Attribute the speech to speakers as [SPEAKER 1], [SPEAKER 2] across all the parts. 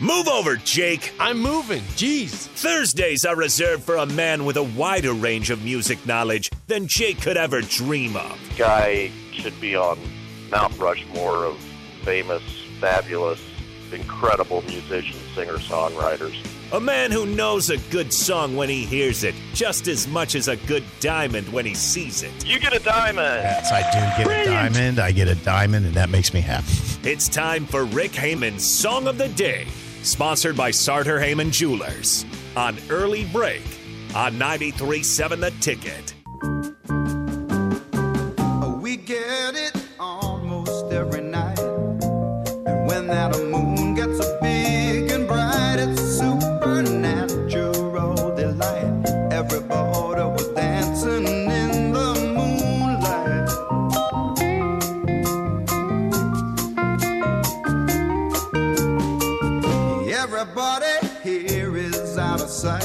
[SPEAKER 1] Move over, Jake.
[SPEAKER 2] I'm moving. Jeez.
[SPEAKER 1] Thursdays are reserved for a man with a wider range of music knowledge than Jake could ever dream of.
[SPEAKER 3] guy should be on Mount Rushmore of famous, fabulous, incredible musicians, singer songwriters.
[SPEAKER 1] A man who knows a good song when he hears it, just as much as a good diamond when he sees it.
[SPEAKER 3] You get a diamond.
[SPEAKER 4] Yes, I do get a diamond. I get a diamond, and that makes me happy.
[SPEAKER 1] It's time for Rick Heyman's Song of the Day, sponsored by Sartor Heyman Jewelers. On Early Break on 93.7 The Ticket.
[SPEAKER 5] Oh, We get it almost every night. And when that moon gets a big and bright, it's supernatural delight. Everybody was dancing in the moonlight. Everybody here is out of sight.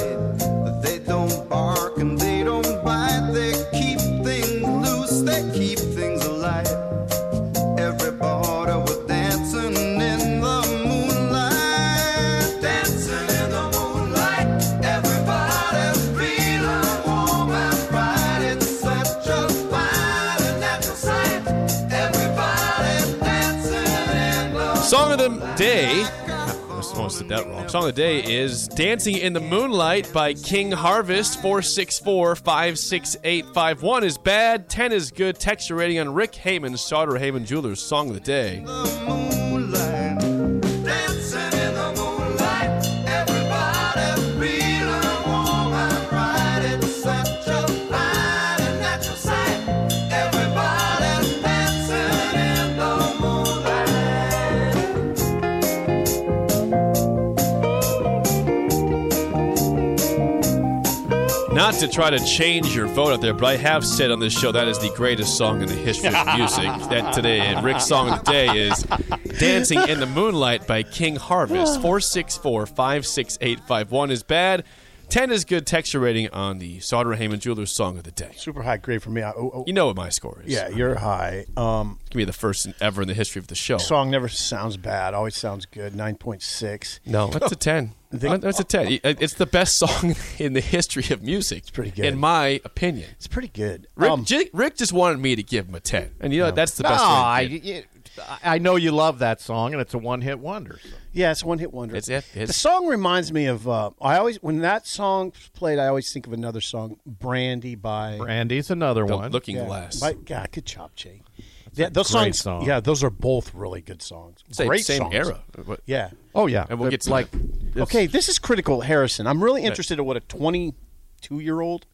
[SPEAKER 5] They don't bark and they don't bite. They keep things loose, they keep things alive. Everybody was dancing in the moonlight. Dancing in the moonlight. Everybody's feeling warm and bright. It's such a fine and natural sight. Everybody's dancing in the
[SPEAKER 2] Song of the day. Almost did that wrong. Song of the day is "Dancing in the Moonlight" by King Harvest. Four six four five six eight five one is bad. Ten is good. Texture rating on Rick Heyman's Sartor Heyman Jewelers. Song of the day.
[SPEAKER 5] moonlight, dancing in the moonlight. Everybody feeling warm and bright. It's such a fine and natural sight. Everybody dancing in the moonlight.
[SPEAKER 2] Not to try to change your vote out there, but I have said on this show that is the greatest song in the history of music. that today, and Rick's song of the day is "Dancing in the Moonlight" by King Harvest. Four six four five six eight five one is bad. Ten is good. Texture rating on the Sauter Heyman Jewelers song of the day.
[SPEAKER 4] Super high grade for me. I, oh, oh,
[SPEAKER 2] You know what my score is.
[SPEAKER 4] yeah, you're high. Um,
[SPEAKER 2] Give me the first ever in the history of the show.
[SPEAKER 4] song never sounds bad. Always sounds good. Nine point six.
[SPEAKER 2] No, that's a 10.
[SPEAKER 4] think-
[SPEAKER 2] that's a 10. It- It's the best song in the history of music. It's
[SPEAKER 4] pretty good.
[SPEAKER 2] In my opinion.
[SPEAKER 4] It's pretty good.
[SPEAKER 2] Rick,
[SPEAKER 4] Um,
[SPEAKER 2] J- Rick just wanted me to give him a 10. And you know, that's the best
[SPEAKER 6] No,
[SPEAKER 2] way to
[SPEAKER 6] I,
[SPEAKER 2] do it.
[SPEAKER 6] you- I know you love that song, and it's a one-hit wonder. so.
[SPEAKER 4] yeah, it's one hit wonder.
[SPEAKER 2] It's- it- it's-
[SPEAKER 4] the song reminds me of. Uh, I always when that song's played, I always think of another song, Brandy by
[SPEAKER 6] Brandy's another
[SPEAKER 2] The
[SPEAKER 6] one.
[SPEAKER 2] Looking
[SPEAKER 4] Yeah,
[SPEAKER 2] Glass.
[SPEAKER 4] by- God, good job, Jay. Yeah, those
[SPEAKER 6] great
[SPEAKER 4] songs.
[SPEAKER 6] song.
[SPEAKER 4] Yeah, those are both really good songs.
[SPEAKER 2] same
[SPEAKER 4] great
[SPEAKER 2] same
[SPEAKER 4] songs.
[SPEAKER 2] era. But-
[SPEAKER 4] Yeah.
[SPEAKER 6] oh yeah,
[SPEAKER 2] And we'll get
[SPEAKER 6] It's
[SPEAKER 2] to
[SPEAKER 6] like
[SPEAKER 4] Okay, this is critical, Harrison. I'm really interested in what a 22 year old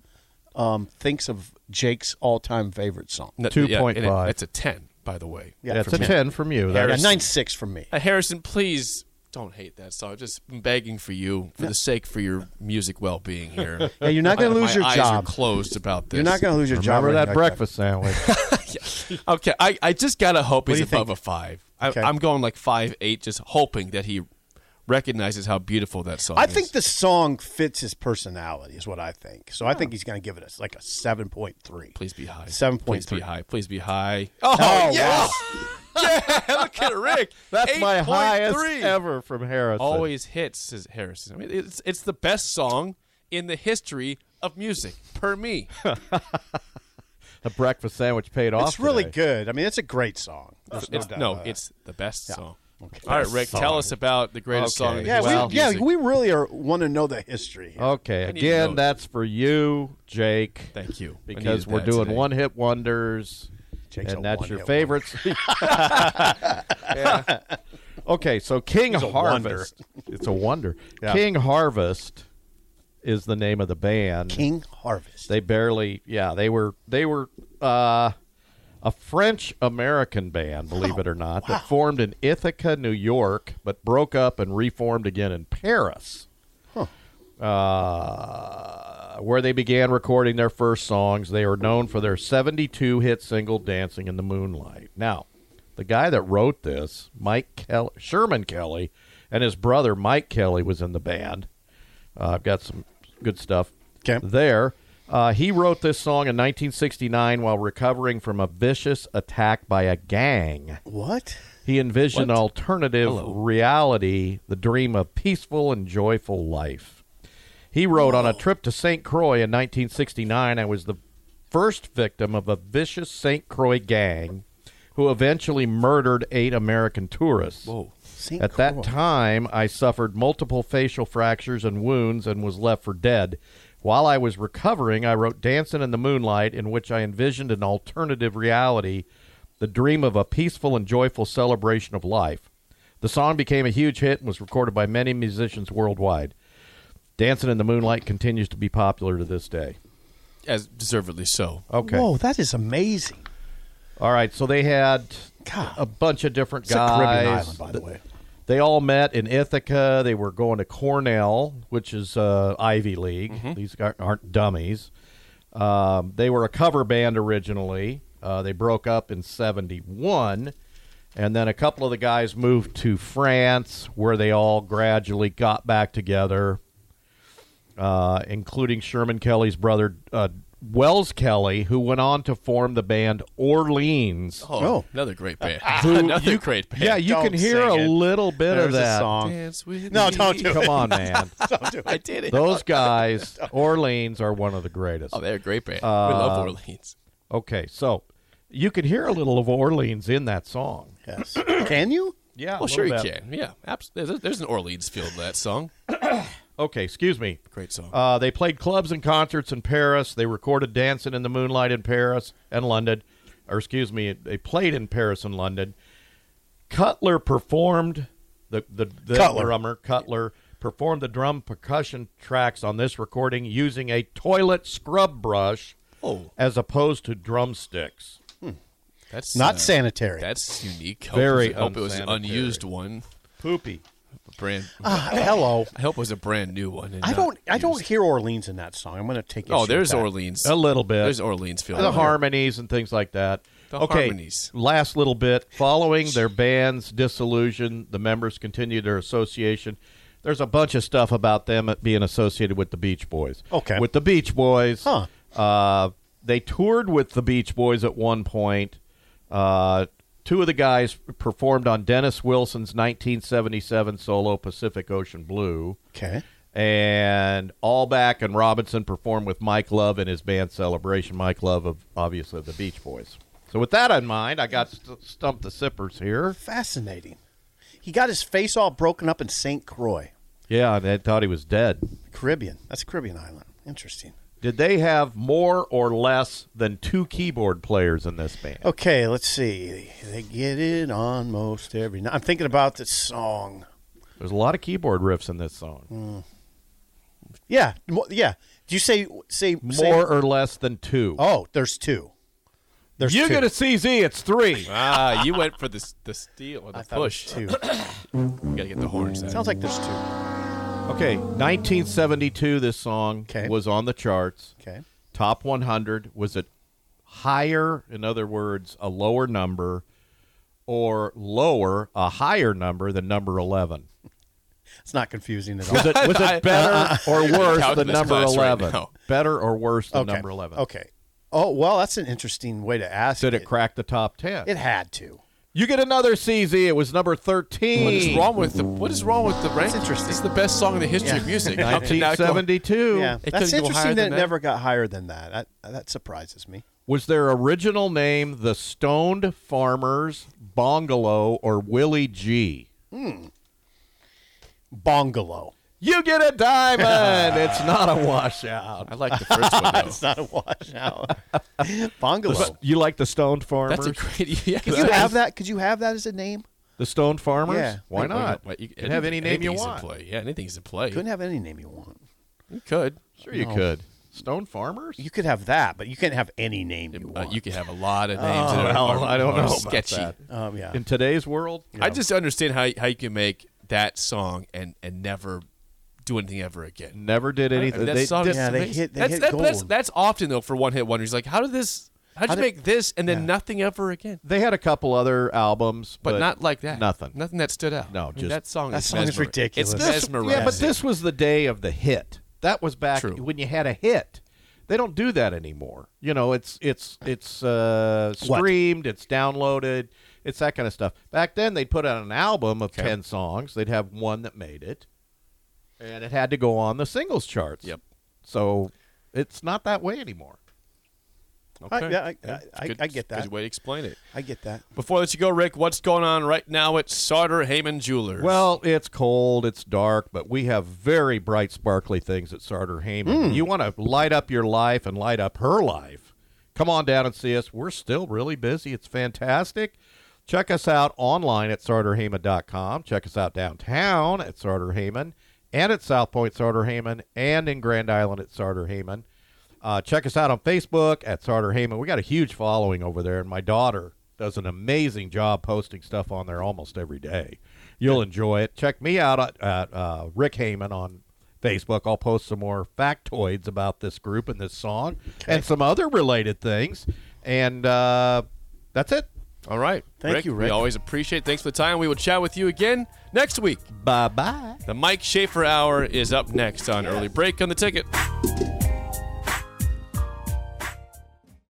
[SPEAKER 4] um, thinks of Jake's all time favorite song.
[SPEAKER 2] no, yeah, and it-
[SPEAKER 6] 2.5.
[SPEAKER 2] That's a 10, by the way.
[SPEAKER 4] Yeah,
[SPEAKER 6] that's
[SPEAKER 4] for
[SPEAKER 6] a
[SPEAKER 4] me.
[SPEAKER 6] ten from you.
[SPEAKER 4] Yeah,
[SPEAKER 6] That's-
[SPEAKER 4] nine six from me.
[SPEAKER 2] Uh, Harrison, please don't hate that song. Just I'm begging for you, for the sake for your music well being here.
[SPEAKER 4] Yeah, you're not
[SPEAKER 2] My-
[SPEAKER 4] gonna lose
[SPEAKER 2] my
[SPEAKER 4] your
[SPEAKER 2] eyes
[SPEAKER 4] job.
[SPEAKER 2] Are closed about this.
[SPEAKER 4] You're not going to lose your job.
[SPEAKER 6] remember
[SPEAKER 4] right
[SPEAKER 6] that
[SPEAKER 4] now,
[SPEAKER 6] breakfast sandwich.
[SPEAKER 2] Okay, I, I just gotta hope he's
[SPEAKER 4] do you
[SPEAKER 2] above
[SPEAKER 4] think?
[SPEAKER 2] a five. I,
[SPEAKER 4] Okay.
[SPEAKER 2] I'm going like five eight, just hoping that he recognizes how beautiful that song.
[SPEAKER 4] Jeff. I
[SPEAKER 2] is.
[SPEAKER 4] think the song fits his personality, is what I think. So I think he's going to give it a, like a 7.3.
[SPEAKER 2] Please be high.
[SPEAKER 4] Seven point
[SPEAKER 2] Please be
[SPEAKER 4] three.
[SPEAKER 2] high. Please be high. Oh,
[SPEAKER 4] Oh,
[SPEAKER 2] yes! yeah, look at Rick.
[SPEAKER 6] That's my
[SPEAKER 2] 8.3.
[SPEAKER 6] highest ever from Harrison.
[SPEAKER 2] Always hits, says Harrison. I mean, it's it's the best song in the history of music, per me.
[SPEAKER 6] the breakfast sandwich paid off.
[SPEAKER 4] It's really
[SPEAKER 6] today.
[SPEAKER 4] good. I mean, it's a great song. There's
[SPEAKER 2] It's,
[SPEAKER 4] doubt
[SPEAKER 2] no,
[SPEAKER 4] about that.
[SPEAKER 2] it's the best song. All right, Rick, tell us about the greatest song. In the
[SPEAKER 4] Yeah,
[SPEAKER 2] history
[SPEAKER 4] we,
[SPEAKER 2] of
[SPEAKER 4] yeah,
[SPEAKER 2] music.
[SPEAKER 4] we really are want to know the history. here.
[SPEAKER 6] Okay,
[SPEAKER 2] need to know
[SPEAKER 6] again,
[SPEAKER 2] it.
[SPEAKER 6] that's for you, Jake.
[SPEAKER 2] Thank you. I needed
[SPEAKER 6] Because we're
[SPEAKER 2] that
[SPEAKER 6] doing
[SPEAKER 2] today.
[SPEAKER 6] one-hit wonders,
[SPEAKER 4] Jake's a
[SPEAKER 6] and that's your
[SPEAKER 4] one-hit
[SPEAKER 6] favorite. Okay, so King
[SPEAKER 4] a
[SPEAKER 6] Harvest. It's a wonder. King Harvest is the name of the band.
[SPEAKER 4] King Harvest.
[SPEAKER 6] They barely, yeah, they were they were uh, a French American band, believe
[SPEAKER 4] Oh,
[SPEAKER 6] it or not, that formed in Ithaca, New York, but broke up and reformed again in Paris, uh, where they began recording their first songs. They were known for their 72 hit single "Dancing in the Moonlight." Now, the guy that wrote this, Mike Kelly, Sherman Kelly, and his brother Mike Kelly was in the band. Uh, I've got some good stuff
[SPEAKER 4] Okay.
[SPEAKER 6] there. Uh, he wrote this song in 1969 while recovering from a vicious attack by a gang.
[SPEAKER 4] What?
[SPEAKER 6] He envisioned alternative
[SPEAKER 2] Hello.
[SPEAKER 6] reality, the dream of peaceful and joyful life. He wrote on a trip to St. Croix in 1969 I was the first victim of a vicious St. Croix gang who eventually murdered eight American tourists. Whoa.
[SPEAKER 4] St.
[SPEAKER 6] At that time, I suffered multiple facial fractures and wounds and was left for dead. While I was recovering, I wrote Dancing in the Moonlight, in which I envisioned an alternative reality, the dream of a peaceful and joyful celebration of life. The song became a huge hit and was recorded by many musicians worldwide. Dancing in the Moonlight continues to be popular to this day.
[SPEAKER 2] as deservedly so.
[SPEAKER 6] Okay.
[SPEAKER 4] Whoa, that is amazing.
[SPEAKER 6] All right, so they had
[SPEAKER 4] God.
[SPEAKER 6] a bunch of different
[SPEAKER 4] It's
[SPEAKER 6] guys.
[SPEAKER 4] a Caribbean island, by the way.
[SPEAKER 6] They all met in Ithaca. They were going to Cornell, which is uh, Ivy League. These guys aren't dummies. Um, they were a cover band originally. Uh, they broke up in 71. And then a couple of the guys moved to France, where they all gradually got back together, uh, including Sherman Kelly's brother, uh, Wells Kelly, who went on to form the band Orleans.
[SPEAKER 2] Oh,
[SPEAKER 4] No.
[SPEAKER 2] another great band. another great band.
[SPEAKER 6] Yeah, you
[SPEAKER 4] Don't
[SPEAKER 6] can hear a
[SPEAKER 4] sing it.
[SPEAKER 6] little bit
[SPEAKER 4] There's
[SPEAKER 6] of that.
[SPEAKER 4] a song.
[SPEAKER 2] Dance with
[SPEAKER 4] No,
[SPEAKER 2] me.
[SPEAKER 4] don't do
[SPEAKER 6] Come on, man.
[SPEAKER 2] I did it.
[SPEAKER 6] Those guys, Orleans, are one of the greatest.
[SPEAKER 2] Oh, they're a great band. we
[SPEAKER 4] Uh,
[SPEAKER 2] love Orleans.
[SPEAKER 6] Okay, so you can hear a little of Orleans in that song.
[SPEAKER 4] Yes. Can you?
[SPEAKER 6] Yeah,
[SPEAKER 2] Well, Oh, sure you can. Yeah, absolutely. There's, there's an Orleans feel to that song.
[SPEAKER 6] Okay, excuse me.
[SPEAKER 2] Great song.
[SPEAKER 6] Uh, they played clubs and concerts in Paris. They recorded "Dancing in the Moonlight" in Paris and London, or excuse me, they played in Paris and London. Cutler performed the the, the
[SPEAKER 4] Cutler.
[SPEAKER 6] drummer Cutler performed the drum percussion tracks on this recording using a toilet scrub brush
[SPEAKER 2] oh,
[SPEAKER 6] as opposed to drumsticks.
[SPEAKER 2] that's
[SPEAKER 4] Not
[SPEAKER 2] uh,
[SPEAKER 4] sanitary.
[SPEAKER 2] That's unique. Hope
[SPEAKER 6] Very
[SPEAKER 2] it was- hope it was an
[SPEAKER 6] unsanitary.
[SPEAKER 2] unused one.
[SPEAKER 6] Poopy.
[SPEAKER 2] Brand.
[SPEAKER 4] Ah, hello.
[SPEAKER 2] I hope it was a brand new one. and
[SPEAKER 4] I
[SPEAKER 2] not
[SPEAKER 4] don't. I don't
[SPEAKER 2] used.
[SPEAKER 4] hear Orleans in that song. I'm going to take. issue
[SPEAKER 2] Oh,
[SPEAKER 4] with
[SPEAKER 2] there's
[SPEAKER 4] that.
[SPEAKER 2] Orleans.
[SPEAKER 6] A little bit.
[SPEAKER 2] There's Orleans feel.
[SPEAKER 6] the
[SPEAKER 2] there.
[SPEAKER 6] harmonies and things like that.
[SPEAKER 2] The
[SPEAKER 6] okay,
[SPEAKER 2] harmonies.
[SPEAKER 6] last little bit. Following their band's dissolution, the members continued their association. There's a bunch of stuff about them being associated with the Beach Boys.
[SPEAKER 4] Okay.
[SPEAKER 6] With the Beach Boys.
[SPEAKER 4] Huh.
[SPEAKER 6] Uh, they toured with the Beach Boys at one point. Uh, two of the guys performed on Dennis Wilson's 1977 solo Pacific Ocean Blue.
[SPEAKER 4] Okay.
[SPEAKER 6] And Allback and Robinson performed with Mike Love and his band Celebration. Mike Love of obviously the Beach Boys. So with that in mind, I got st- stumped the sippers here.
[SPEAKER 4] Fascinating. He got his face all broken up in Saint Croix,
[SPEAKER 6] Yeah, and they thought he was dead.
[SPEAKER 4] Caribbean. That's a Caribbean island. Interesting.
[SPEAKER 6] Did they have more or less than two keyboard players in this band?
[SPEAKER 4] Okay, let's see. They get it on most every night. I'm thinking about this song.
[SPEAKER 6] There's a lot of keyboard riffs in this song.
[SPEAKER 4] Yeah, mo- yeah. Do you say say say-
[SPEAKER 6] More or less than two.
[SPEAKER 4] oh, there's two. There's
[SPEAKER 6] you
[SPEAKER 4] two.
[SPEAKER 6] get a CZ, it's three.
[SPEAKER 2] Ah, you went for the s- the steal or the
[SPEAKER 4] I thought it was
[SPEAKER 2] push.
[SPEAKER 4] two.
[SPEAKER 2] You gotta get the horns. out.
[SPEAKER 4] Sounds like there's two.
[SPEAKER 6] Okay, 1972. This song
[SPEAKER 4] Okay.
[SPEAKER 6] was on the charts.
[SPEAKER 4] Okay.
[SPEAKER 6] top 100 was it higher in other words a lower number or lower a higher number than number 11
[SPEAKER 4] It's not confusing at all.
[SPEAKER 6] was it, was it better or worse than
[SPEAKER 2] calculus
[SPEAKER 6] number
[SPEAKER 2] class right
[SPEAKER 6] 11
[SPEAKER 2] now.
[SPEAKER 6] better or worse than
[SPEAKER 4] okay.
[SPEAKER 6] number 11
[SPEAKER 4] Okay. Oh well, that's an interesting way to ask.
[SPEAKER 6] did it crack the top 10
[SPEAKER 4] It had to.
[SPEAKER 6] you get another cz it was number
[SPEAKER 2] What is
[SPEAKER 6] 13
[SPEAKER 2] wrong with the What is wrong with the rank?
[SPEAKER 4] interesting.
[SPEAKER 2] It's the best song in the history of music. How can that go-
[SPEAKER 6] 1972
[SPEAKER 4] Yeah,
[SPEAKER 2] It
[SPEAKER 4] that's
[SPEAKER 2] couldn't go higher
[SPEAKER 4] interesting that
[SPEAKER 2] than
[SPEAKER 4] it
[SPEAKER 2] that?
[SPEAKER 4] never got higher than that. That, that surprises me.
[SPEAKER 6] was their original name the stoned farmers bongalo or willie g
[SPEAKER 4] Bongalo.
[SPEAKER 6] you get a diamond it's not a washout
[SPEAKER 2] I like the first one. Though.
[SPEAKER 4] It's not a washout. Bongalo.
[SPEAKER 6] You like the stoned farmers?
[SPEAKER 2] That's a great. Yeah,
[SPEAKER 4] Could you have that? Could you have that as a name?
[SPEAKER 6] the stoned farmers?
[SPEAKER 4] Yeah.
[SPEAKER 6] Why not?
[SPEAKER 2] Wait,
[SPEAKER 6] you
[SPEAKER 2] you-
[SPEAKER 6] can have any name you
[SPEAKER 2] anything's in
[SPEAKER 6] want.
[SPEAKER 2] Play. Yeah, anything's in play.
[SPEAKER 4] Couldn't have any name you want.
[SPEAKER 2] you could.
[SPEAKER 6] Sure, you could. Stone farmers?
[SPEAKER 4] You could have that, but you can't have any name you
[SPEAKER 2] Uh,
[SPEAKER 4] want. Oh,
[SPEAKER 2] you could have a lot of names. that are,
[SPEAKER 6] well,
[SPEAKER 2] are,
[SPEAKER 6] I don't
[SPEAKER 2] are
[SPEAKER 6] know about
[SPEAKER 2] Oh, Sketchy.
[SPEAKER 6] that.
[SPEAKER 4] um, yeah.
[SPEAKER 6] In today's world,
[SPEAKER 2] I just understand how how you can make that song and and never do anything ever again.
[SPEAKER 6] never did anything.
[SPEAKER 2] And that
[SPEAKER 6] They
[SPEAKER 2] song
[SPEAKER 6] did-
[SPEAKER 2] is
[SPEAKER 4] Yeah, they
[SPEAKER 2] amazing.
[SPEAKER 4] hit- they
[SPEAKER 2] that's,
[SPEAKER 4] hit
[SPEAKER 2] that- that's,
[SPEAKER 4] gold.
[SPEAKER 2] that's often though for one hit wonders. Like, how did this? How did you
[SPEAKER 4] did-
[SPEAKER 2] make this and then nothing ever again?
[SPEAKER 6] they had a couple other albums,
[SPEAKER 2] But, not like that.
[SPEAKER 6] Nothing.
[SPEAKER 2] Nothing that stood out. I
[SPEAKER 6] No,
[SPEAKER 2] mean,
[SPEAKER 6] just-
[SPEAKER 2] that song.
[SPEAKER 4] That
[SPEAKER 2] is
[SPEAKER 4] song is
[SPEAKER 2] mesmeric-
[SPEAKER 4] ridiculous.
[SPEAKER 2] It's
[SPEAKER 4] This-
[SPEAKER 2] mesmerizing.
[SPEAKER 6] Yeah, but this was the day of the hit. That was back
[SPEAKER 2] True.
[SPEAKER 6] when you had a hit. They don't do that anymore. You know, it's it's it's uh,
[SPEAKER 4] What?
[SPEAKER 6] streamed, it's downloaded. It's that kind of stuff. Back then, they'd put out an album of 10 songs. They'd have one that made it, and it had to go on the singles charts.
[SPEAKER 2] Yep.
[SPEAKER 6] So it's not that way anymore.
[SPEAKER 4] I, yeah, I,
[SPEAKER 2] Yeah,
[SPEAKER 4] I,
[SPEAKER 2] good-
[SPEAKER 4] I, I get that.
[SPEAKER 2] Good way to explain it.
[SPEAKER 4] I get that.
[SPEAKER 2] Before I let you go, Rick, what's going on right now at Sarter Heyman Jewelers?
[SPEAKER 6] Well, it's cold, it's dark, but we have very bright, sparkly things at Sartor Heyman. You want to light up your life and light up her life? Come on down and see us. We're still really busy. It's fantastic. Check us out online at sartorheyman.com. Check us out downtown at Sartor Heyman and at South Point Sartor Heyman and in Grand Island at Sartor Heyman. Uh, check us out on Facebook at Sartor Heyman. We got a huge following over there, and my daughter does an amazing job posting stuff on there almost every day. You'll enjoy it. Check me out at, at uh, Rick Heyman on Facebook. I'll post some more factoids about this group and this song and some other related things. And uh, that's it.
[SPEAKER 2] all right.
[SPEAKER 4] Thank you,
[SPEAKER 2] We
[SPEAKER 4] Rick.
[SPEAKER 2] always appreciate. it. Thanks for the time. We will chat with you again next week.
[SPEAKER 6] Bye bye.
[SPEAKER 2] The Mike Schaefer Hour is up next on Early Break on the Ticket.